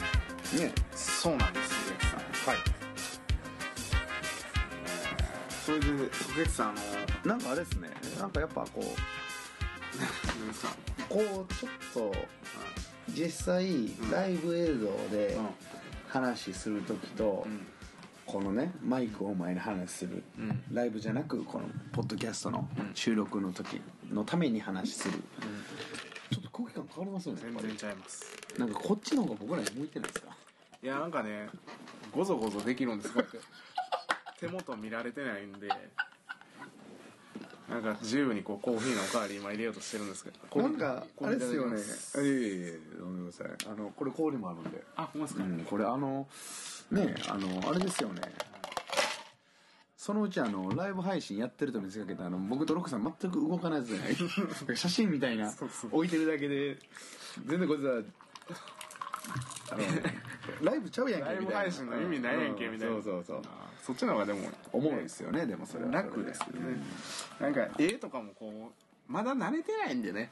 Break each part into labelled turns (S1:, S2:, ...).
S1: ね
S2: そうなんですよ月さん
S1: はい
S2: それで月さんあの
S1: なんかあれですねなんかやっぱこう
S2: 何ですか
S3: こうちょっと実際ライブ映像で話する時と、
S2: うん
S3: このねマイクを前に話する、
S2: うん
S3: ライブじゃなくこのポッドキャストの収録の時のために話する、ちょっと空気感変わりますよね
S2: 全
S3: やっぱ
S2: 然
S3: り
S2: ちゃいます
S3: なんかこっちの方が僕らに向いてないですか
S2: いやなんかねごぞごぞできるんですこうやって手元見られてないんでなんか自由にこうコーヒーのおかわり今入れようとしてるんですけど
S3: なんか
S2: こ
S3: あ
S2: れ
S3: れですよね
S2: いただきます
S3: いえいえいえごめんなさいあのこれ氷もあるんで
S2: あほんまです
S3: う
S2: か、
S3: ん、これあのねあのあれですよねそのうちあのライブ配信やってると見せかけたあの僕とロックさん全く動かないやつじゃない 写真みたいな
S2: そうそう
S3: 置いてるだけで全然こいつはあのライブちゃうやんけみた
S2: ラ
S3: いな
S2: イブ配信の意味ないやんけみたいな、
S3: うんそうそうそう
S2: あーそっちの方がでも
S3: 思うんですよねでもそれはそれ
S2: 楽ですよね、なんか絵とかもこうまだ慣れてないんでね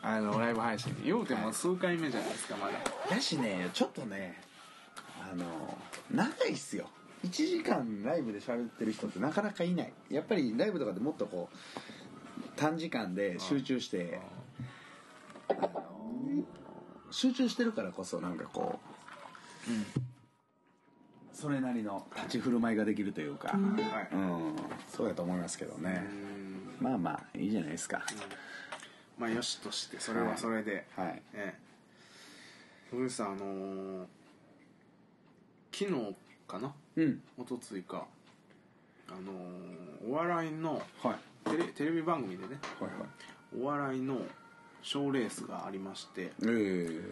S2: あのライブ配信言うても数回目じゃないですかまだ
S3: だしねちょっとねあの長いっすよ1時間ライブで喋ってる人ってなかなかいないやっぱりライブとかでもっとこう短時間で集中してあの集中してるからこそなんかこう、それなりの立ち振る舞いができるというか、
S2: はい
S3: うん、そうやと思いますけどねまあまあいいじゃないですか、
S2: まあよしとしてそれはそれで、
S3: はい
S2: ええ古内さんあのー昨日かな
S3: うん
S2: 一昨日かあのーお笑いの
S3: はいは
S2: テレテレビ番組でね
S3: いはい
S2: お笑いの賞ーレースがありまして
S3: えー、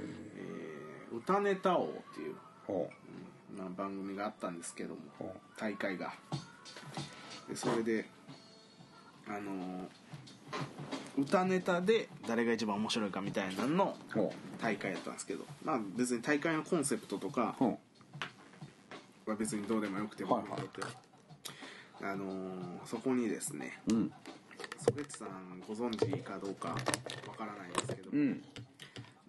S2: 「えー歌ネタ王」っていう、
S3: ほ
S2: まあ、番組があったんですけども
S3: うほ
S2: 大会がでそれであのー歌ネタで誰が一番面白いかみたいなのの
S3: うほ
S2: 大会やったんですけどまあ別に大会のコンセプトとか
S3: うほう
S2: は別にどうでもよくて
S3: はいはい
S2: 僕にとってはあのーそこにですね
S3: うん
S2: ソゲッチさんご存知かどうかわからないんですけど、
S3: うん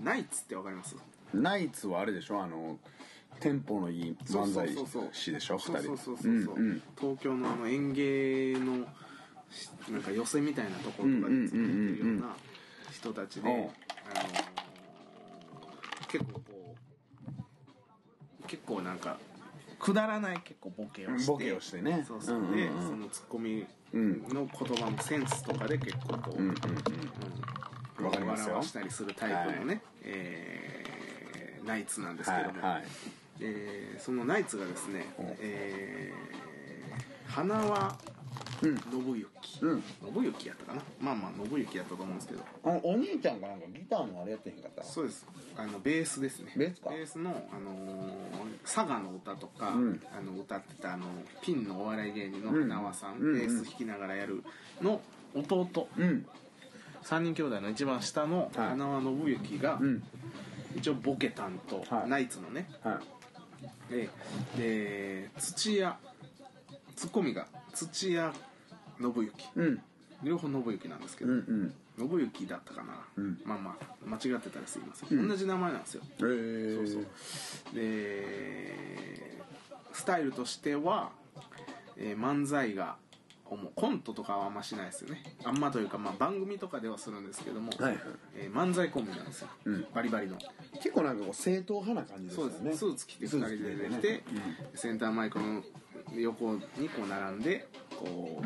S2: ナイツってわかります
S3: ナイツはあれでしょあのテンポのいい漫才
S2: そうそうそうそう
S3: 師でしょ二
S2: そう
S3: 人
S2: そうそうそうそう、
S3: んん
S2: 東京のあの園芸のしなんか寄せみたいなところとかで作ってるような人たちで、
S3: うんうんうんうん
S2: あのー結構こう結構なんかくだらない結構ボケをして
S3: ボケをしてね
S2: そうそう、
S3: んん
S2: で
S3: うん
S2: そのツッコミ
S3: うん
S2: の言葉もセンスとかで結構こ
S3: う
S2: う、
S3: んうん
S2: うん
S3: わかりますよ
S2: 笑わしたりするタイプのね、
S3: は
S2: えーナイツなんですけ
S3: は
S2: れ
S3: い
S2: ども、
S3: はい
S2: えーそのナイツがですね
S3: うん、
S2: えー、花輪
S3: う
S2: 信
S3: ん
S2: 之、
S3: うん
S2: 信之やったかなまあまあ信之やったと思うんですけど
S3: あのお兄ちゃんがなんかギターのあれやってへんかった
S2: そうですあのベースですね
S3: ベースか
S2: の、あのー佐賀の歌とか、
S3: うん
S2: あの歌ってたあのピンのお笑い芸人の花輪さん、
S3: うん
S2: ベース弾きながらやるの弟、
S3: うん
S2: 三人兄弟の一番下の
S3: はい
S2: 花輪信之が、
S3: うん
S2: 一応ボケ担当、
S3: はい
S2: ナイツのね
S3: はい
S2: でで土屋ツッコミが土屋信之
S3: うん
S2: 両方信之なんですけ
S3: う
S2: ど、
S3: んうん
S2: 信之だったかな、
S3: うん
S2: まあまあ間違ってたらすいません、同じ名前なんですよ
S3: えー、
S2: そうそうでスタイルとしては、えー漫才が主コントとかはあんましないですよねあんまというか、まあ、番組とかではするんですけども、
S3: はいはい
S2: えー漫才コンビなんですよ、
S3: うん
S2: バリバリの
S3: 結構なんかこう正統派な感じです
S2: そ
S3: よ
S2: う
S3: ね
S2: ですねスーツ着て2人で出てきて、センターマイクの横にこう並んでこ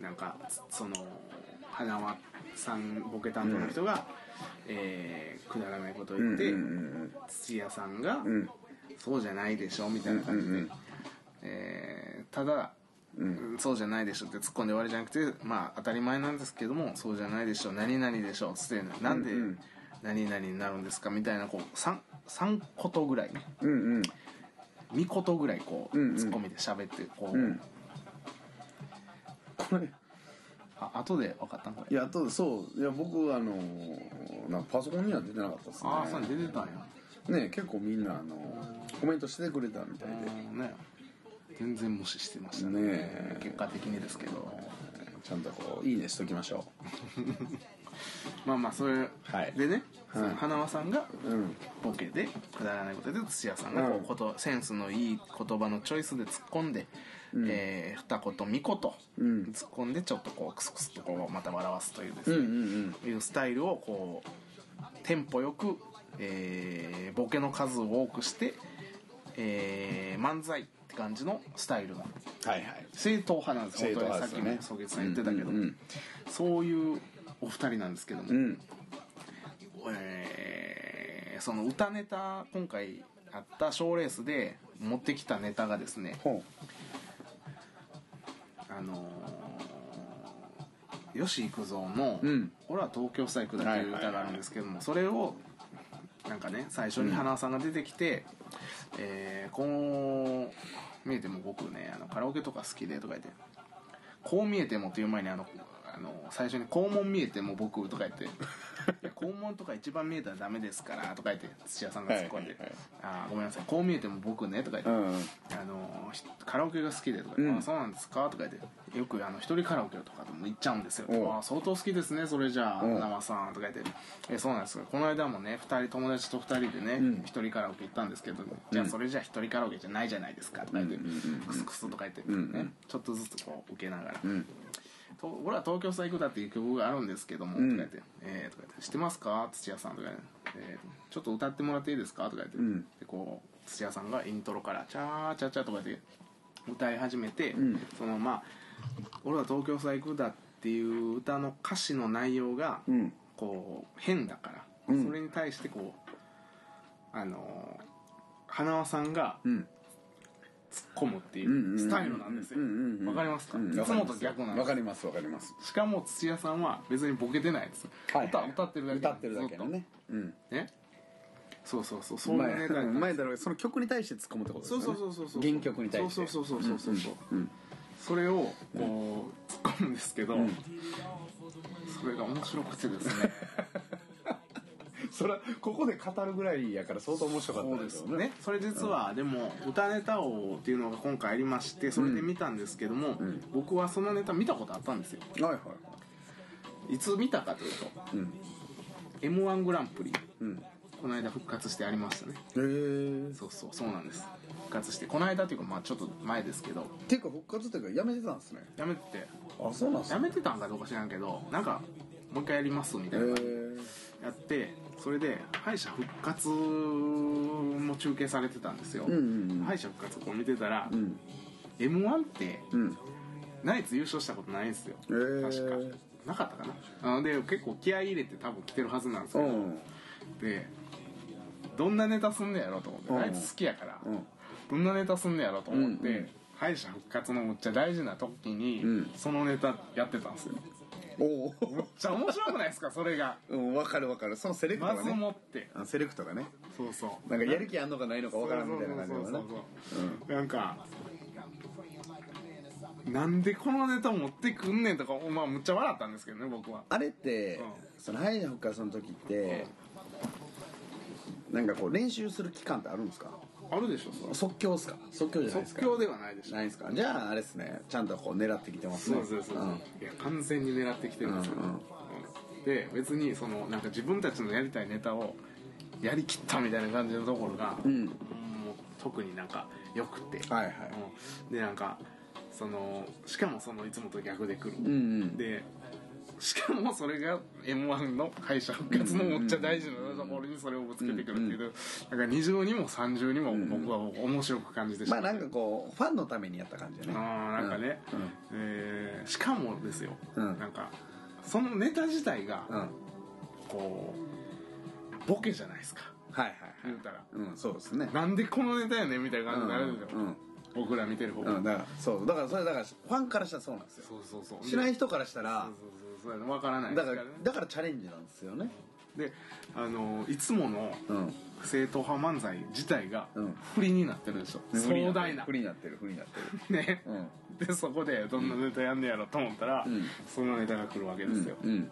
S2: う、なんかその花輪さんボケ担当の人が、えーくだらないことを言って、
S3: うんうんうん
S2: 土屋さんが、
S3: うんうん
S2: そうじゃないでしょみたいな感じで、
S3: うんうんうん
S2: えーただ、
S3: ん
S2: そうじゃないでしょって突っ込んで終わりじゃなくてまあ当たり前なんですけどもそうじゃないでしょ何々でしょつってなんで
S3: うんうん
S2: 何々になるんですかみたいなこう 3, 三ことぐらい
S3: うんうん
S2: 2ことぐらいこう
S3: うんうん
S2: 突っ込みで喋ってこう、
S3: うんこれ
S2: あ後で分かったんこれ
S3: いやあとそういや僕あのーなんかパソコンには出てなかったですね
S2: ああそう出てたんや
S3: ね結構みんなあのコメントしてくれたみたいで
S2: うんね全然無視してましたね
S3: ねえ
S2: 結果的にですけど
S3: ちゃんとこういいねしときましょ
S2: まあまあそれ、
S3: はい
S2: でねその花輪さんが
S3: うん
S2: ボケでくだらないことで土屋さんがこうこと、センスのいい言葉のチョイスで突っ込んで、えー二言
S3: ん
S2: 三言、突っ込んでちょっとこうクスクスとこうまた笑わすというです
S3: う
S2: ね、
S3: んうん
S2: いうスタイルをこうテンポよく、えーボケの数を多くして、えー漫才って感じのスタイルが
S3: はいはい
S2: 正統派なんです
S3: 正統
S2: 本
S3: 派
S2: 当にさっき
S3: で
S2: も
S3: すよ
S2: 曽
S3: ね
S2: 月さん言ってたけど、
S3: うんうんうん
S2: そういうお二人なんですけども、
S3: うん
S2: えーその歌ネタ今回あった賞ーレースで持ってきたネタがですね
S3: ほ
S2: あのー、吉幾三の
S3: うん
S2: 「俺は東京スタイルだ」という歌があるんですけどもそれをなんかね最初に花輪さんが出てきて「えーこう見えても僕ねあのカラオケとか好きで」とか言って「こう見えても」っていう前にあの。あの最初に「肛門見えても僕」とか 言って「いや肛門とか一番見えたらダメですから」とか言って土屋さんが突っ込んで
S3: はいはいはい
S2: 「あーごめんなさいこう見えても僕ね」とか言って
S3: ううんうん
S2: あのひカラオケが好きでとか、
S3: うん
S2: あそうなんですかとか言ってよくあの一人カラオケとかでも行っちゃうんですよ
S3: おう
S2: あ相当好きですねそれじゃあ
S3: おう
S2: 生さんとか言ってえそうなんですかこの間もね二人友達と二人でね一、人カラオケ行ったんですけど、じゃあそれじゃあ一人カラオケじゃないじゃないですかとか言って、クスクスとか言って、ね、ちょっとずつこう受けながら。と俺は東京スタイルだっていう曲があるんですけども、とか言って「えー、とか言って知ってますか土屋さん」とか言って、えーちょっと歌ってもらっていいですか?」とか言って、でこう土屋さんがイントロから「チャーチャーチャー」とか言って歌い始めて、そのまあ「俺は東京スタイルだ」っていう歌の歌詞の内容が、
S3: ん
S2: こう変だから、それに対してこうあのー花輪さんが突っ込むっていうスタイルなんですよ
S3: うんうんうんうんうんうんうん
S2: わかりますか、
S3: うん
S2: いつもと逆なんです
S3: わかりますわかります
S2: しかも土屋さんは別にボケてないです、歌歌ってるだけ
S3: 歌ってるだけのねうん
S2: ずっとねそうそうそうそううい
S3: ま
S2: うネタやったんです
S3: いだろうその曲に対して突っ込むってことです
S2: そ
S3: よ
S2: う
S3: ね
S2: そうそうそうそう
S3: 原曲に対して
S2: そうそうそうそうそうそう、
S3: うんうん
S2: それをこう突っ込むんですけど、それが面白くてです ね
S3: それはここで語るぐらいやから相当面白かったですよね
S2: ねそれ実はでも歌ネタ王っていうのが今回ありましてそれで見たんですけども、僕はそのネタ見たことあったんですよ
S3: はいはい
S2: いつ見たかというと、m 1グランプリ、この間復活してありましたね
S3: へえ
S2: そうそうそうなんです復活してこの間というかまあちょっと前ですけど
S3: ていうか復活っていうかやめてたんですね
S2: やめてて
S3: あそうなんす
S2: やめてたんかどうか知らんけどなんかもう一回やりますみたいな感じでやってそれで敗者復活も中継されてたんですよ、
S3: んうんうん
S2: 敗者復活をこう見てたら、
S3: うん
S2: m 1って
S3: うん
S2: ナイツ優勝したことないんですよ、
S3: へー
S2: 確かなかったかななので結構気合い入れて多分来てるはずなんですけ
S3: う
S2: ど、
S3: ん
S2: でどんなネタすんねやろと思って、
S3: うん
S2: あいつ好きやから、
S3: うん
S2: どんなネタすんねやろと思って、
S3: うんうん
S2: 敗者復活のむっちゃ大事な時に、
S3: うん
S2: そのネタやってたんですよめっ
S3: おお
S2: ちゃ面白くないですかそれが
S3: うんわかるわかるそのセレクト
S2: ま
S3: が
S2: ず
S3: ね
S2: もって
S3: あのセレクトがね
S2: そうそう
S3: なんかやる気あんのかないのかわからんみたいな感じ
S2: そう
S3: の
S2: そう
S3: ね
S2: そうそうなんかなんでこのネタ持ってくんねんとかまあむっちゃ笑ったんですけどね僕は
S3: あれって
S2: う
S3: その敗者復活の時ってなんかこう練習する期間ってあるんですか
S2: あるでしょそれ
S3: 即興ですか即興じゃないです
S2: 即
S3: か
S2: 興ではないでしょ
S3: ないですかじゃああれですねちゃんとこう狙ってきてます
S2: そ
S3: ね
S2: うそうそう、
S3: ん
S2: いや完全に狙ってきてるんですよ、
S3: うんうん
S2: うんで別にそのなんか自分たちのやりたいネタをやりきったみたいな感じのところが、
S3: ん
S2: もう特になんかよくて、
S3: はいはい
S2: うんでなんかそのしかもそのいつもと逆で来る、
S3: うんうん
S2: でしかもそれが m 1の敗者復活のめっちゃ大事なところにそれをぶつけてくるっていう、なんか二重にも三重にも僕は面白く感じてし
S3: ま
S2: ま
S3: あ
S2: う
S3: なんかこうファンのためにやった感じだね
S2: あーなんかね、えーしかもですよ、
S3: うん
S2: なんかそのネタ自体が
S3: うんはい
S2: こうボケじゃないですか
S3: はいは
S2: 言う
S3: い
S2: たら
S3: うんそうですね
S2: なんでこのネタやねんみたいな
S3: う
S2: 感じになるんですよ、
S3: ん
S2: 僕ら見てる方
S3: う
S2: が、
S3: んうんだからそうだからそれだからファンからしたらそうなんですよ
S2: そうそうそう
S3: 知らないい人からしたら
S2: そうそうそうそう分からないで
S3: だ
S2: す
S3: か
S2: か
S3: ら
S2: らね
S3: だからチャレンジなんですよね
S2: であのいつもの
S3: うん
S2: 正統派漫才自体が
S3: うん
S2: 振りになってるでしょ、壮大な
S3: 不利になってる不利になってる
S2: ね、
S3: 不利になってる
S2: でそこでどんなネタやんねやろと思ったら、
S3: ん
S2: そのネタが来るわけですよ、
S3: うんうん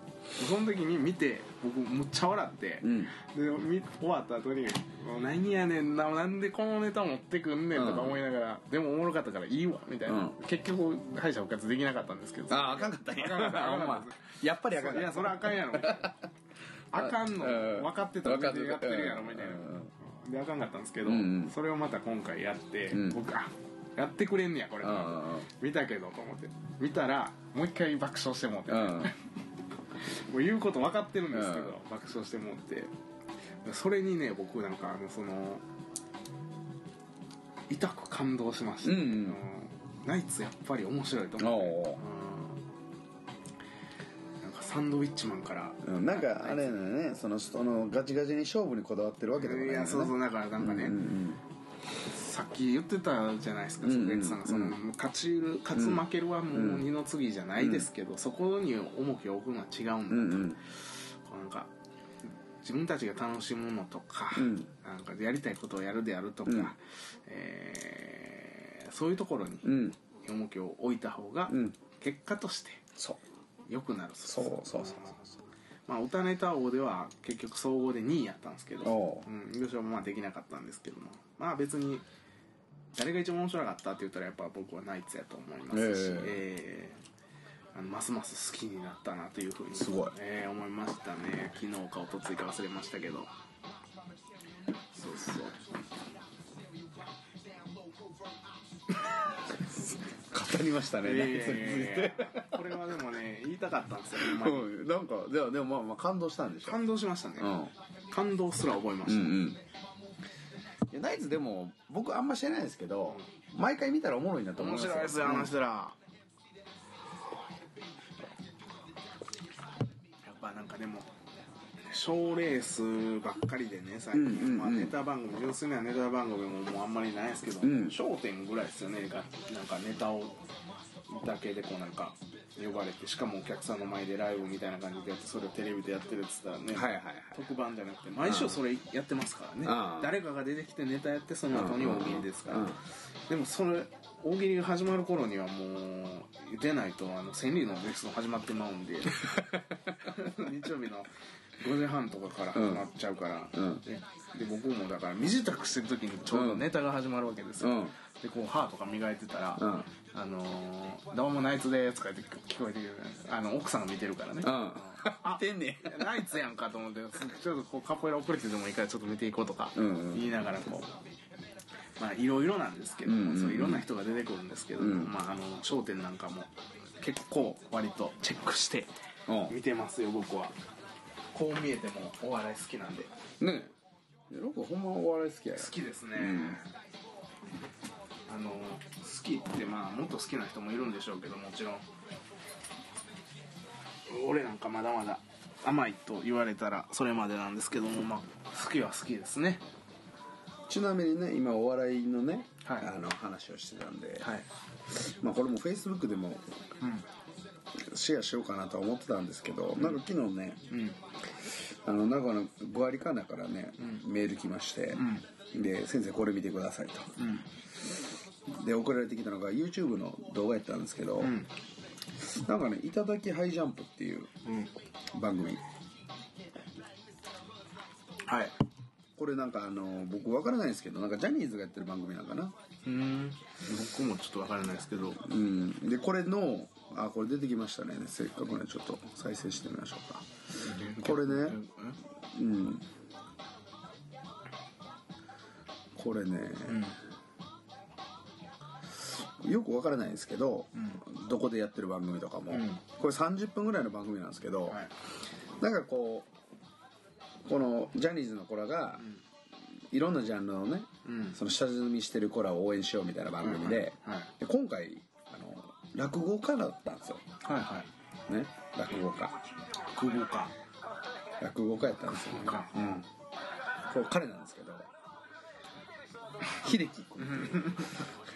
S2: その時に見て僕むっちゃ笑って、
S3: うん
S2: でみ終わった後に「もう何やねんななんでこのネタ持ってくんねん」とか思いながら、でもおもろかったからいいわみたいな、
S3: うん
S2: 結局敗者復活できなかったんですけど
S3: あああかんかったんや
S2: あかんかったあかんかった
S3: やっぱりあかん
S2: い
S3: か
S2: や
S3: った
S2: それあかんやろみたいなあかんの
S4: うん
S2: 分かってた
S4: 分か
S2: 上
S4: って
S2: で
S4: た
S2: やってるやろみたい
S4: うん
S2: なであかんかったんですけど
S4: うんうん
S2: それをまた今回やって
S4: うん
S2: 僕あやってくれんねやこれ
S4: あ
S2: 見たけどと思って見たらもう一回爆笑してもうて
S4: あうん
S2: もう言うこと分かってるんですけど、
S4: うん
S2: 爆笑してもってそれにね僕なんかあのその痛く感動しました、
S4: うんうん
S2: あのナイツやっぱり面白いと思って、
S4: お
S2: うんなんかサンドウィッチマンから
S3: うんなんかあれだよねそのそのガチガチに勝負にこだわってるわけでもない
S2: い
S3: よ
S2: や
S3: ね
S2: そうそうだからなんかね、
S3: うん
S2: さっき言ってたじゃないですか、
S4: うんうん
S2: ベンツさんがその勝ち得る勝つ負けるはもう二の次じゃないですけど、そこに重きを置くのは違うんだと、
S4: うんうん
S2: こうなんか自分たちが楽しむのとか、
S4: うん
S2: なんかやりたいことをやるであるとか、
S4: うん
S2: えーそういうところに
S4: うん
S2: 重きを置いた方が
S4: うん
S2: 結果として
S4: そう
S2: 良くなる
S4: そうそうそう
S2: まあ歌ネタ王では結局総合で2位やったんですけど
S4: お、
S2: うん、優勝もまあできなかったんですけどもまあ別に誰が一番面白かったって言ったらやっぱ僕はナイツやと思いますし、
S4: ええ
S2: ええあのますます好きになったなというふうに
S4: すごい
S2: ええ思いましたね昨日か一昨日か忘れましたけどそうそう
S3: 語りましたね、なんかそれについて
S2: え えこれはでもね言いたかったんですよほん まに
S3: うんなんかではでもまあまあ感動したんでしょ
S2: 感動しましたね、
S4: うん
S2: 感動すら覚えま
S4: う
S2: した、
S4: ん
S3: いやナイツでも僕あんましてないですけど毎回見たらおもろいなと思い
S2: 面
S3: ます
S2: 白いですよあの人らやっぱなんかでも賞レースばっかりでね最近、
S4: うんうんうん
S2: まあ、ネタ番組純粋なネタ番組ももうあんまりないですけど
S4: う
S2: 『
S4: ん
S2: 笑点』ぐらいですよねがなんかネタをだけでこうなんか呼ばれてしかもお客さんの前でライブみたいな感じでやってそれをテレビでやってるっつったらね、
S4: はいはいはい
S2: 特番じゃなくて毎週それやってますからね
S4: ああ
S2: 誰かが出てきてネタやってその後に大喜利ですから、
S4: うん
S2: でもそれ大喜利が始まる頃にはもう出ないとあの千里のレッスン始まって まうんで日曜日の5時半とかから始まっちゃうから、
S4: うん
S2: でで僕もだから身支度してる時にちょうどネタが始まるわけですよ、
S4: うん
S2: でこう歯とか磨いてたら「
S4: うん
S2: あのーどうもナイツです」とか言って聞こえてくるあの奥さんが見てるからね、
S4: うんうん
S2: あ
S4: てんね
S2: ナイツやんかと思ってちょっとこうカポエラ遅れてでもいいからちょっと見ていこうとか
S4: うんうん
S2: 言いながらこうまあいろいろなんですけど、
S4: うんうんうん
S2: そういろんな人が出てくるんですけど、
S4: ん
S2: まああの『笑点』なんかも結構割とチェックして見てますよ僕はこう見えてもお笑い好きなんで
S4: うんねえロコほんまお笑い好きやよ
S2: 好きですね、あの好きってまあもっと好きな人もいるんでしょうけどもちろん俺なんかまだまだ甘いと言われたらそれまでなんですけどもまあ好きは好きですね
S3: ちなみにね今お笑いのね、
S2: はい
S3: あの話をしてたんで、
S2: はい
S3: まあ、これもフェイスブックでもシェアしようかなとは思ってたんですけど、なんか昨日ね
S2: うん
S3: あの名古屋の5割かなからね、メール来まして、で「先生これ見てくださいと」で送られてきたのが YouTube の動画やったんですけど、
S2: ん
S3: なんかね「いただきハイジャンプ」っていう
S2: うん
S3: 番組
S2: はい
S3: これなんかあの僕わからないんですけどなんかジャニーズがやってる番組なんかな
S2: うん僕もちょっとわからないですけど
S3: うんでこれのあこれ出てきましたねせっかくねちょっと再生してみましょうかこれねうんこれね、よくわからないんですけど、どこでやってる番組とかも、これ30分ぐらいの番組なんですけど、
S2: はい
S3: なんかこうこのジャニーズの子らが、いろんなジャンルのね、
S2: うん
S3: その下積みしてる子らを応援しようみたいな番組で,、
S2: はいはい
S3: で今回あの落語家だったんですよ、
S2: はいはい
S3: ね、落語家
S2: 久保か
S3: 落語家やったんですよ、
S2: か
S3: うん、こう彼なんですけど秀樹君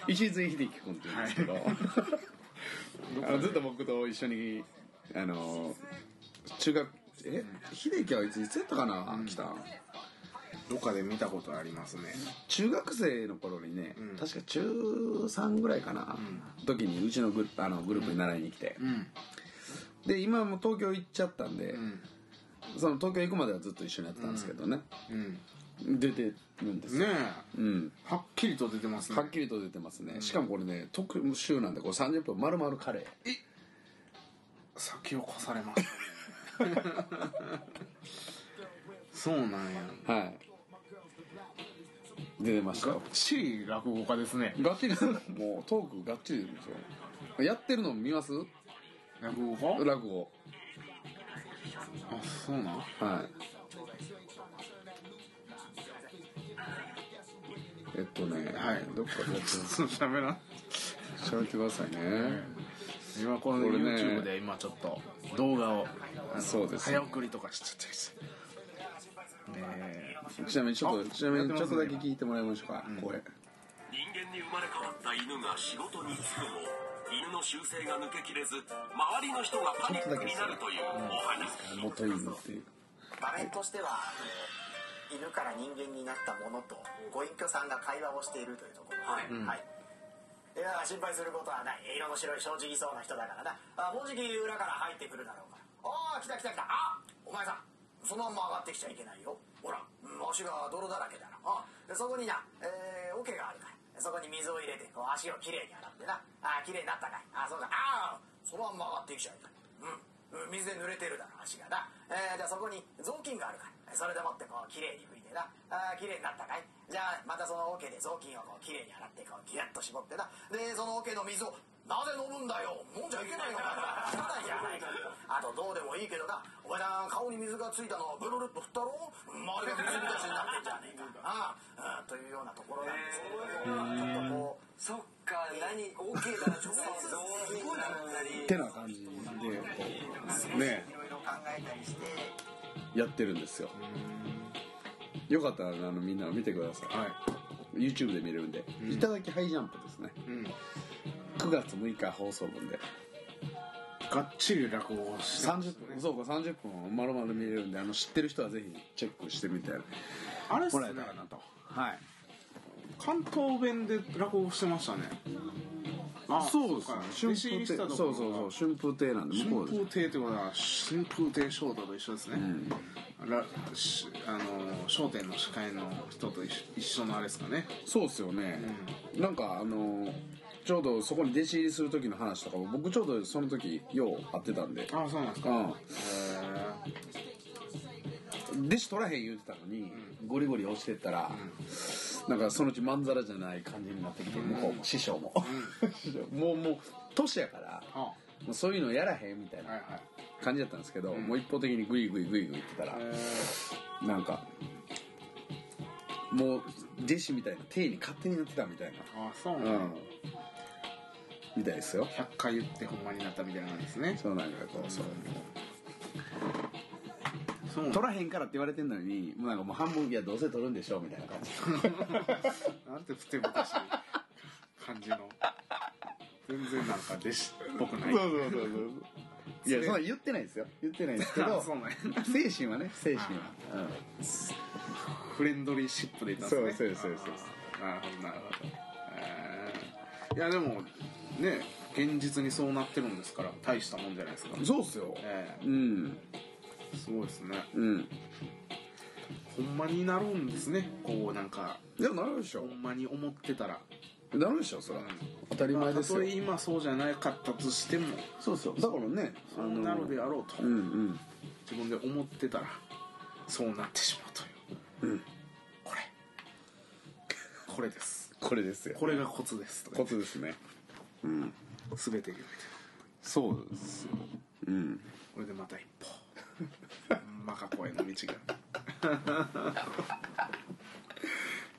S4: 石津秀樹君って言うんですけど、あのずっと僕と一緒にあの
S3: 中学え秀樹はいついつやったかな、来た
S2: どっかで見たことありますね
S3: 中学生の頃にね、
S2: ん
S3: 確か中3ぐらいかな、時にうちのグルあのグループに習いに来て、
S2: うん
S3: で今もう東京行っちゃったんで、
S2: うん
S3: その東京行くまではずっと一緒にやってたんですけどね、
S2: うん
S3: 出てるんですよ、
S2: ねえ
S3: うん
S2: はっきりと出てますね
S3: はっきりと出てますね、しかもこれね特集なんでこう30分丸々カレー
S2: 先を越されます そうなんや
S3: はい出てました
S2: がっ
S3: よ
S2: ちり落語家ですね
S3: ガッチリですよもうトークガッチリでしょやってるの見ます
S2: 落語家
S3: 落語
S2: あそうなん
S3: はいえっとね、
S2: はい
S3: どっかでやって
S2: そう喋らん
S3: 喋ってくださいね、
S2: 今この
S3: これね
S2: YouTube で今ちょっと動画を
S3: そうです
S2: 早送りとかしちゃったりしてねえ
S3: ちなみにちょっと
S2: あ
S3: ちなみ
S2: やっ
S3: に
S2: てま
S3: ち
S2: す
S3: ょっ
S2: ね
S3: とだけ聞いてもらいましょうか、これ
S5: 人間に生まれ変わった犬が仕事に就くも犬の習性が抜けきれず周りの人がパニックになるというお話
S3: 元犬っていう
S6: 場面としては、えー犬から人間になったものとご隠居さんが会話をしているというところはい、はいいや心配することはない色の白い正直そうな人だからなあもうじき裏から入ってくるだろうからああ来た来た来たあお前さんそのまま上がってきちゃいけないよほらうん足が泥だらけだなあでそこになえー桶があるからそこに水を入れてこう足をきれいに洗ってなあ綺きれいになったかいあそうだああそのまま上がってきちゃいけないうんうん水で濡れてるだろ足がな、えー、じゃあそこに雑巾があるからそれでもってこうきれいに拭いてなあーきれいになったかいじゃあまたその桶で雑巾をこうきれいに洗ってこうギュッと絞ってなでその桶の水をなぜ飲むんだよ飲んじゃいけないのかな仕方ないじゃないかあとどうでもいいけどなお前さん顔に水がついたのをブルルッと振ったろうんあれが水浸しになってんじゃねえかああ、うん、というようなところなんですけどもち
S7: そっ
S6: ょっとこう
S7: か、何、OK だな、ちょっと、雑巾だったり。
S3: てな感じでこうね
S6: いろいろ考えたりして
S3: やってるんですよよかったらあのみんな見てください、YouTube で見れるんで「いただきハイジャンプ」ですね、9月6日放送分で
S2: がっちり落語をして
S3: 30分そうか30分をまるまる見れるんであの知ってる人はぜひチェックしてみて
S2: あれっす
S3: もら
S2: ね
S3: えたらなとはい
S2: 関東弁で落語してましたねあ
S3: そうですね
S2: か
S3: 春
S2: 弟子入
S3: 風
S2: り
S3: 亭
S2: した
S3: そう
S2: とこ
S3: そう
S2: ろが
S3: そう春風亭なんで向こう
S2: 春
S3: で
S2: 風亭ってことは春風亭昇太と一緒ですね、らしあのー『笑点』の司会の人と一緒一緒のあれですかね
S3: そうっすよね、なんかあのちょうどそこに弟子入りする時の話とかも僕ちょうどその時よう会ってたんで
S2: あそうなんですか
S3: うん弟子取らへん言うてたのに、ゴリゴリ押してったら、なんかそのうちまんざらじゃない感じになってきて、向こうも師匠も、師匠 もうもう年やから
S2: あは
S3: もうそういうのやらへんみたい
S2: いは
S3: ない感じだったんですけど、もう一方的にグイグイグイグイ言ってたら、なんかもう弟子みたいな手に勝手になってたみたい
S2: あそうなん
S3: な、う
S2: だ、
S3: ん、みたいですよ
S2: 100回言ってほんまになったみたいなんですね
S3: そうなんかこうそう
S2: そうなんだ
S3: 取らへんからって言われてんのにもうなんかもう半分いやどうせ取るんでしょうみたいな感じ
S2: なんてふてぶてしい感じの全然なんか弟子っぽくない
S3: そうそうそうそういやそんな言ってないですよ言ってないですけ ど
S2: あそうなんや
S3: 精神はね精神は、うん、
S2: フレンドリーシップでいたんですね
S3: そうですそうですそうです
S2: あーなるほどなるほどえーいやでもね現実にそうなってるんですから大したもんじゃないですか
S3: そうっすよ
S2: え
S3: うん
S2: えすごいですね
S3: うん
S2: ほんまになるんですねこうなんか
S3: いやなるでしょ
S2: ほんまに思ってたら
S3: なるでしょそれは当たり前
S2: た
S3: です
S2: と
S3: よ
S2: え今そうじゃなかったとしても
S3: そうそうだからねあ
S2: そうなるであろうと
S3: うんうん
S2: 自分で思ってたらそうなってしまうという、これこれです
S3: これですよ
S2: これがコツですとか
S3: コツですね
S2: 全てにおいて
S3: そうですようん
S2: これでまた一 歩マカコへの道が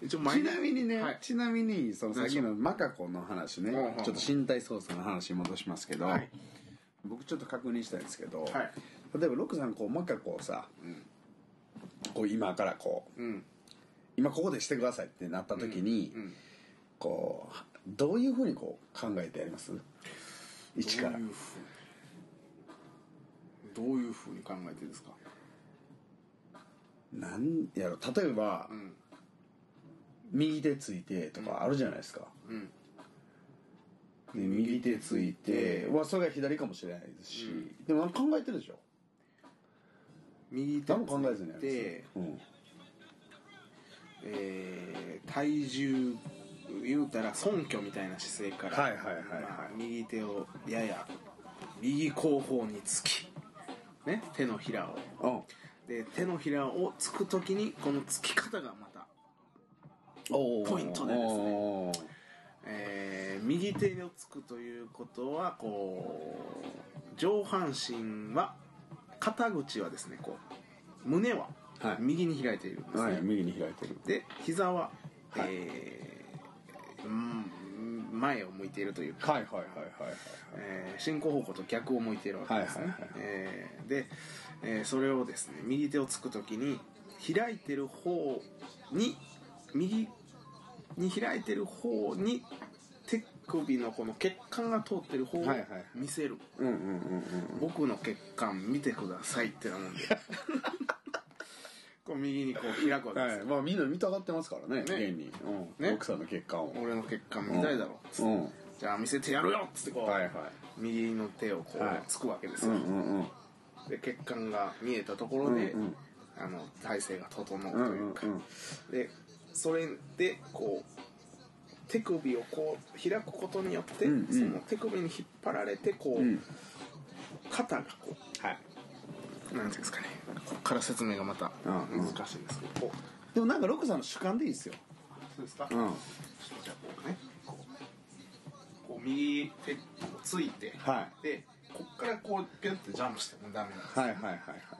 S2: 一応マイ
S3: ち
S2: ナ
S3: なみにね、
S2: はい
S3: ちなみにそのさっきのマカコの話ね、
S2: うんうん
S3: ちょっと身体操作の話に戻しますけど、
S2: はい
S3: 僕ちょっと確認したいんですけど、
S2: はい
S3: 例えばロクさんこうマカコをさ、こう今からこう、
S2: うん
S3: 今ここでしてくださいってなった時に、
S2: うん
S3: こうどういうふうにこう考えてやります一から
S2: どういうふうにどういうふうに考えてですか
S3: なんやろ例えば、
S2: ん
S3: 右手ついてとかあるじゃないですか、
S2: うん
S3: で右手ついて、まあ、それが左かもしれないですし、でもなんか考えてるでしょ
S2: 右手
S3: 何も考えずにやるんで
S2: です
S3: よ、うん、
S2: えー体重言うたら尊虚みたいな姿勢から、
S3: はいはいはいはい
S2: まあ右手をやや右後方につき、ね、手のひらを
S3: うん
S2: で手のひらをつく時にこのつき方がまたポイントでですね
S3: おー
S2: えー右手をつくということはこう上半身は肩口はですねこう胸は
S3: はい
S2: 右に開いているんですね、
S3: はい、右に開いてる。
S2: で膝は、えーうん前を向いているというか、
S3: はいはいはいはい
S2: えー進行方向と逆を向いているわけですね、
S3: はいはいはい
S2: えーで、えーそれをですね右手をつく時に開いてる方に右に開いてる方に手首のこの血管が通ってる方を
S3: はいはい
S2: 見せる、
S3: うんうんうんうん。
S2: 僕の血管見てくださいってなもん でこう右にこう開くわけで
S3: は
S2: す
S3: い、
S2: よ、
S3: まあみんな見たがってますからね、現に、うん
S2: ね
S3: 奥さんの血管を。
S2: 俺の血管見たいだろうっつって
S3: うん。は
S2: じゃあ見せてやるよっつってこう、
S3: いはい。
S2: 右の手をこ
S3: はいう
S2: つくわけです
S3: うん
S2: よ、
S3: うんうん。
S2: で血管が見えたところで、
S3: うんうん
S2: あの体勢が整うと
S3: うんう
S2: いうんか、
S3: うん。
S2: でそれでこう手首をこう開くことによって、
S3: うんうん
S2: その手首に引っ張られてこう、
S3: うん
S2: 肩がこ
S3: はい。
S2: うなんていうんですかねこっから説明がまた
S3: うんうん
S2: 難しいんですけど、こう
S8: でもなんかロックさんの主観でいいですよ
S2: そうですか、
S3: うん。
S2: じゃあこうねこうこう右手をついて、
S3: は
S2: でこっからこうピュッてジャンプしてもダメなんで
S3: い。
S2: す
S3: はいはいはいはい。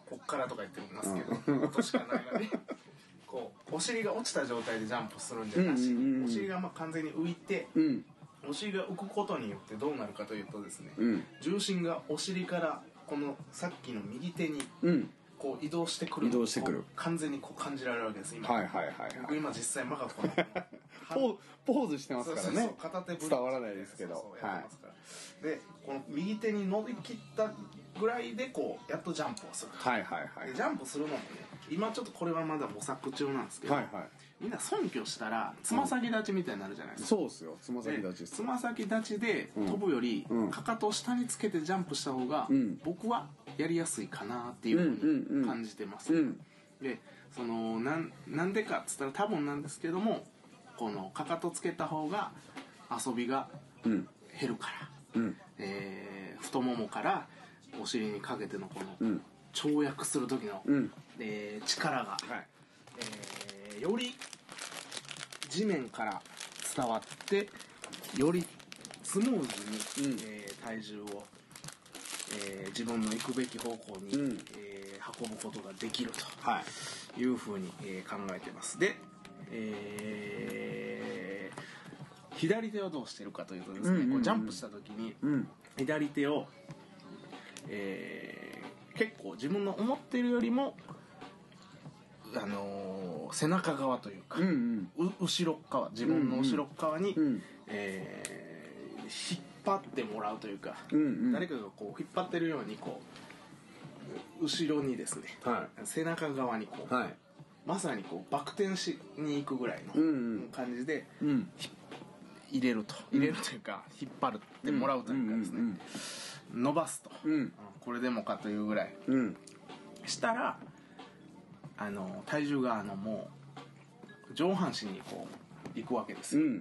S2: こっからとか言ってますけど、音しかないのでこうお尻が落ちた状態でジャンプするんじゃなし、
S3: うんうんうんうん
S2: お尻がまあ完全に浮いて
S3: うん
S2: お尻が浮くことによってどうなるかというとですね、
S3: うん
S2: 重心がお尻からこのさっきの右手に
S3: うん。
S2: こう移動してくる
S3: 移動してくる
S2: こう完全にこう感じられるわけです今、
S3: はいはいはいは
S2: 僕
S3: い。
S2: 今実際マカコの
S3: ポーポーズしてます
S2: そう
S3: か
S2: そ
S3: ら
S2: うそう
S3: ね。
S2: 片手ぶり
S3: 伝わらないですけど
S2: そうそうやってますからでこの右手に乗り切ったぐらいでこうやっとジャンプをする
S3: はいはいはい
S2: でジャンプするのもね今ちょっとこれはまだ模索中なんですけど、
S3: はいは
S2: みんな損去したらつま先立ちみたいになるじゃないで
S3: い。
S2: すか、
S3: そうっすよ。つま先
S2: で
S3: 立ちっす
S2: つ。ま先立ちで飛ぶより、
S3: うん
S2: かかとを下につけてジャンプした方が、
S3: うん
S2: 僕はやりやすいかなっていう
S3: うんう
S2: ふ
S3: ん
S2: う
S3: うん
S2: に感じてます、
S3: うん
S2: でそのなんなんでかっつったら多分なんですけどもこのかかとつけた方が遊びが
S3: うん
S2: 減るから、
S3: うん
S2: えー太ももからお尻にかけてのこ
S3: う
S2: の
S3: ん
S2: 跳躍する時の、
S3: うん。
S2: えー力が、
S3: はい。
S2: えーより地面から伝わってよりスムーズ
S3: う
S2: に、
S3: ん
S2: えー体重を、えー自分の行くべき方向に、
S3: うん
S2: えー運ぶことができる
S3: はい。
S2: というふうに、えー考えてますで、えー左手をどうしてるかというとですね、
S3: うんうんうん
S2: こうジャンプした時に
S3: うん。
S2: 左手を、えー結構自分の思ってるよりも、あのー背中側というか、
S3: うんうん。
S2: う後ろっ側自分の後ろっ側に、
S3: うん
S2: えー引っ張ってもらうというか、
S3: うんうん
S2: 誰かがこう引っ張ってるようにこう後ろにですね、
S3: は
S2: 背中側にこう、
S3: はい。
S2: まさにこうバク転しに行くぐらい
S3: う
S2: の
S3: んうん
S2: 感じで
S3: うん。
S2: 入れると、入れるというか引っ張ってもらうというかですね、
S3: うん
S2: 伸ばすと、
S3: うん
S2: うんこれでもかというぐらい
S3: うんうん。
S2: したらあの体重があのもう上半身にこう行くわけです
S3: う
S2: よ、
S3: ん。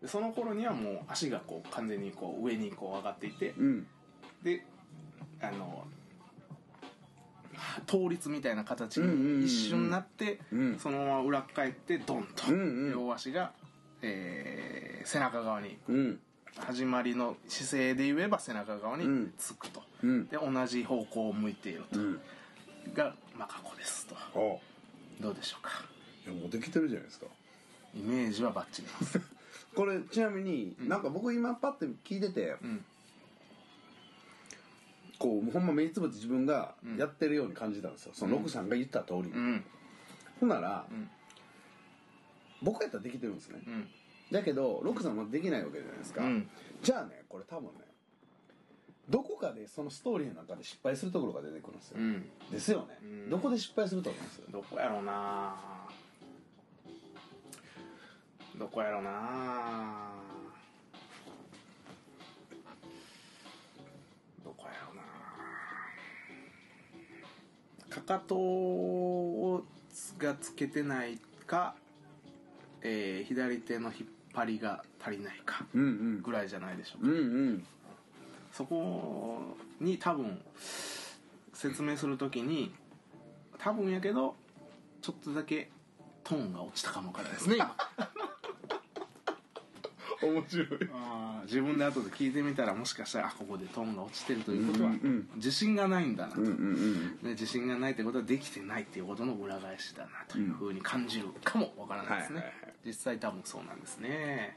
S2: でその頃にはもう足がこう完全にこう上にこう上がっていて、
S3: うん。
S2: であの倒立みたいな形
S3: うんうんうんうん
S2: に一瞬になって、
S3: うん
S2: そのまま裏返ってドンと、
S3: うんうん
S2: 両足が、えー背中側に
S3: うん。
S2: 始まりの姿勢で言えば背中側
S3: うん
S2: につくと、
S3: うん
S2: で同じ方向を向いていると、
S3: ん
S2: が、まあ、過去ですと
S3: あ。
S2: どうでしょうか
S3: いやもうできてるじゃないですか。
S2: イメージはバッチリです
S3: これちなみに、なんか僕今パッて聞いてて、
S2: ん
S3: こうほんま目つぶって自分がやってるように感じたんですよ、そのロクさんが言った通り、
S2: うん
S3: ほんなら、
S2: ん
S3: 僕やったらできてるんですね、
S2: うん
S3: だけどロクさんはできないわけじゃないですか、
S2: うん
S3: じゃあねこれ多分ねどこかでそのストーリーの中で失敗するところが出てくるんですよ、
S2: うん
S3: ですよね、
S2: ん
S3: どこで失敗すると思うんですよ
S2: どこやろうなどこやろうなどこやろうなかかとをがつけてないか、えー左手の引っ張りが足りないか
S3: うんうん
S2: ぐらいじゃないでしょうか、
S3: うんうん
S2: そこに多分説明するときに多分やけどちょっとだけトーンが落ちたかもからですね今
S3: 面白い
S2: あー自分で後で聞いてみたらもしかしたらあここでトーンが落ちてるということは自信がないんだなと、ね自信がないということはできてないということの裏返しだなというふうに感じるかもわからないですね、
S3: はいはいはい
S2: 実際多分そうなんですね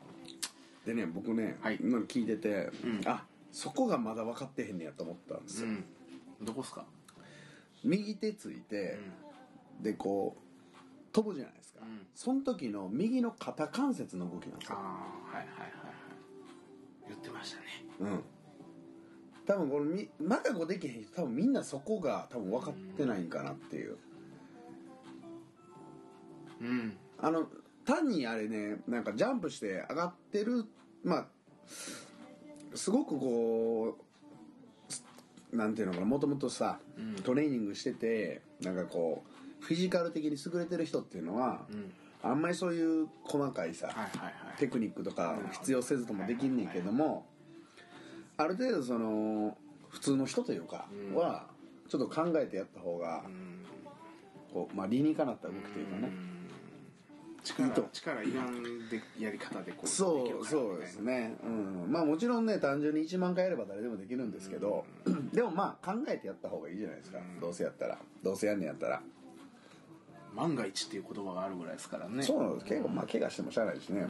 S3: でね僕ね、
S2: はい
S3: 今の聞いてて、
S2: ん
S3: あそこがまだ分かってへんねやと思ったんです
S2: う
S3: よ、
S2: んどこっすか
S3: 右手ついて、でこう飛ぶじゃないですか、
S2: ん
S3: その時の右の肩関節の動きなんです
S2: ああ
S3: よ、
S2: はいはいはいはい言ってましたね
S3: うん、多分このみまだこうできへん人多分みんなそこが多分分かってないんかなっていう、
S2: うん
S3: あの単にあれねなんかジャンプして上がってるまあすごくこうなんていうのかなもともとさ、トレーニングしててなんかこうフィジカル的に優れてる人っていうのは、あんまりそういう細かいさ、
S2: はいはいはい
S3: テクニックとか必要せずともできんねんけどもある程度その普通の人というかはちょっと考えてやった方がこうまあ理にかなった動きというかね
S2: 力
S3: いいと
S2: 力いらんでやり方でこうでき
S3: そ
S2: る
S3: う
S2: から
S3: そうですね、うん、まあもちろんね単純に1万回やれば誰でもできるんですけどでもまあ考えてやった方がいいじゃないですかどうせやったらどうせやんねんやったら
S2: 万が一っていう言葉があるぐらいですからね
S3: そうなんです結構まあ怪我してもしゃあないしね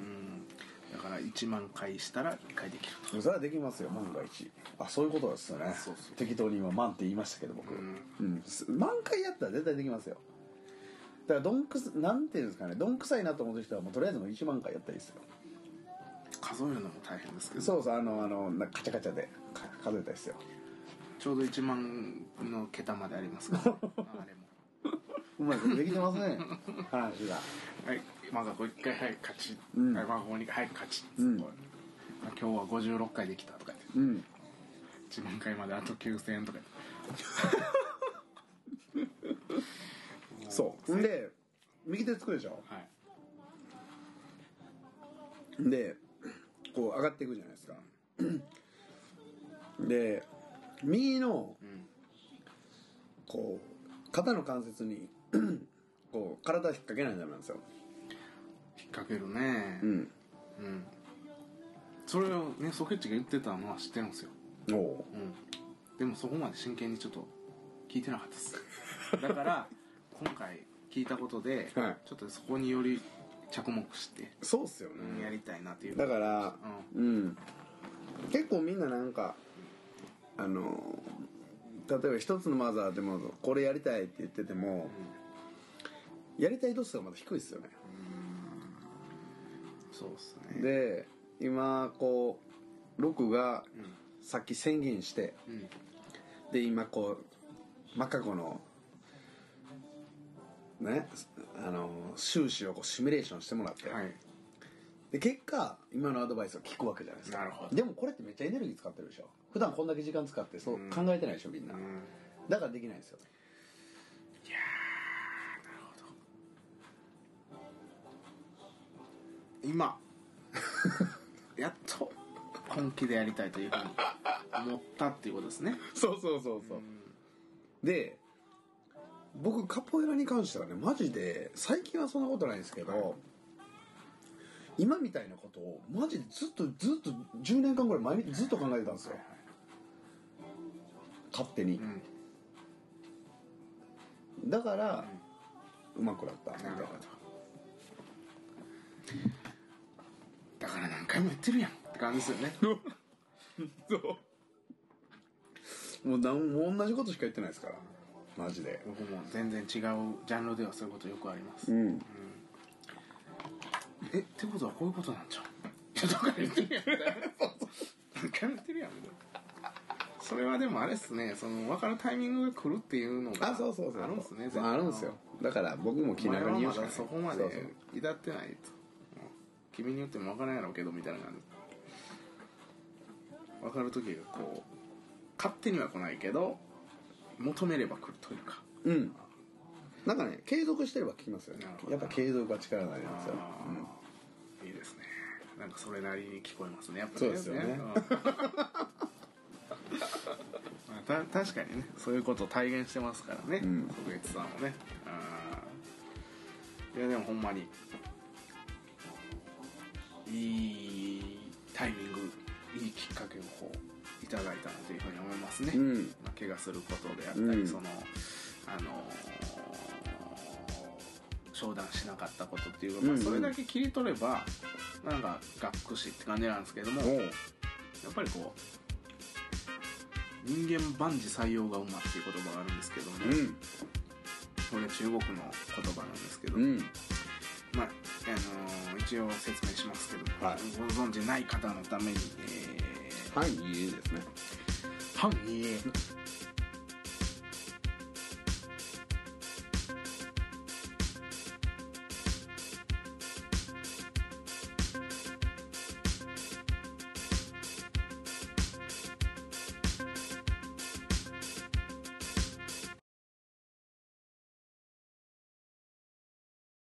S2: だから1万回したら1回できる
S3: それはできますよ万が一あそういうことですよね
S2: そうそう
S3: 適当に今万って言いましたけど僕、うんす万回やったら絶対できますよだからどんくすなんていうんですかねどんくさいなと思う人はもうとりあえずもう1万回やったらいいですよ
S2: と数えるのも大変ですけど
S3: そうそうあのあのなんかカチャカチャでか数えたらいいですよ
S2: ちょうど1万の桁まであります から、ね、流れも
S3: うまいことできてますね 話が
S2: はいまだこう1回はい勝ち、
S3: ん
S2: はいまだここ2回はい勝ち、
S3: ん
S2: まあ今日は56回できたとか
S3: う
S2: 言っ
S3: ん
S2: て1万回まであと9000円とか言って
S3: そうで右手つくでしょ
S2: はい
S3: でこう上がっていくじゃないですか で右のこう肩の関節に こう体引っ掛けないとダメなんですよ、
S2: 引っ掛けるね
S3: うん、
S2: うんそれをねソケッチが言ってたのは知ってるんですよ
S3: おお
S2: うん、でもそこまで真剣にちょっと聞いてなかっ たですだから今回聞いたことで、
S3: はい
S2: ちょっとそこにより着目して
S3: そうっすよね
S2: やりたいなという
S3: だからうん結構みんななんかあの例えば一つのマザーでもこれやりたいって言ってても、やりたい度数がまだ低いですよね、
S2: そうですね
S3: で今こうロクがさっき宣言して、
S2: ん
S3: で今こうマカコのねあの収支をこうシミュレーションしてもらって、
S2: はい
S3: で結果今のアドバイスを聞くわけじゃないですか
S2: なるほど
S3: でもこれってめっちゃエネルギー使ってるでしょ普段こんだけ時間使ってそう考えてないでしょみんな、だからできないんですよ
S2: 今やっと本気でやりたいというふうに思ったっていうことですね
S3: そうそうそうそうで僕カポエラに関してはねマジで最近はそんなことないんですけど、今みたいなことをマジでずっとずっと10年間ぐらい毎日ずっと考えてたんですよ勝手に、だから、うまくなったみたいな
S2: だから何回も言ってるやんって感じですよね
S3: もうなんもう同じことしか言ってないですからマジで
S2: 僕も全然違うジャンルではそういうことよくあります、
S3: うん
S2: えってことはこういうことなんじゃんいやだから言ってるやんみたいな何回も言ってるやんみたいなそれはでもあれっすねその分かるタイミングが来るっていうのが
S3: あそうそうそう
S2: あるんすね
S3: あるんですよだから僕も気
S2: 前
S3: 長
S2: は
S3: に言う
S2: ま
S3: しかな
S2: だ
S3: い
S2: そこま
S3: そうそう
S2: で至ってないとうん君によっても分からんやろうけどみたいな感じ分かる時がこう勝手には来ないけど求めれば来るというか
S3: うん。なんかね、継続してれば効きますよね
S2: なるほ。ど
S3: やっぱ継続は力になりますよ。
S2: いいですねなんかそ れなりに聞こえますねやっぱり
S3: そうですよね
S2: んまあた確かにねそういうことを体現してますからね
S8: ん
S2: 特別さんもねうんいやでもほんまにいいタイミングいいきっかけをこういただいたなというふうに思いますね、
S8: うん
S2: まあ、怪我することであったり、
S8: うん
S2: そのあのー商談しなかったことっていうか、まあ
S8: うんうん
S2: それだけ切り取ればなんかがっくしって感じなんですけれども、
S8: おう
S2: やっぱりこう人間万事採用が馬っていう言葉があるんですけども、
S8: うん
S2: これ中国の言葉なんですけど、
S8: うん
S2: まああのー一応説明しますけど、
S8: はい
S2: ご存知ない方のために、えー
S8: はいいいですね
S2: 反家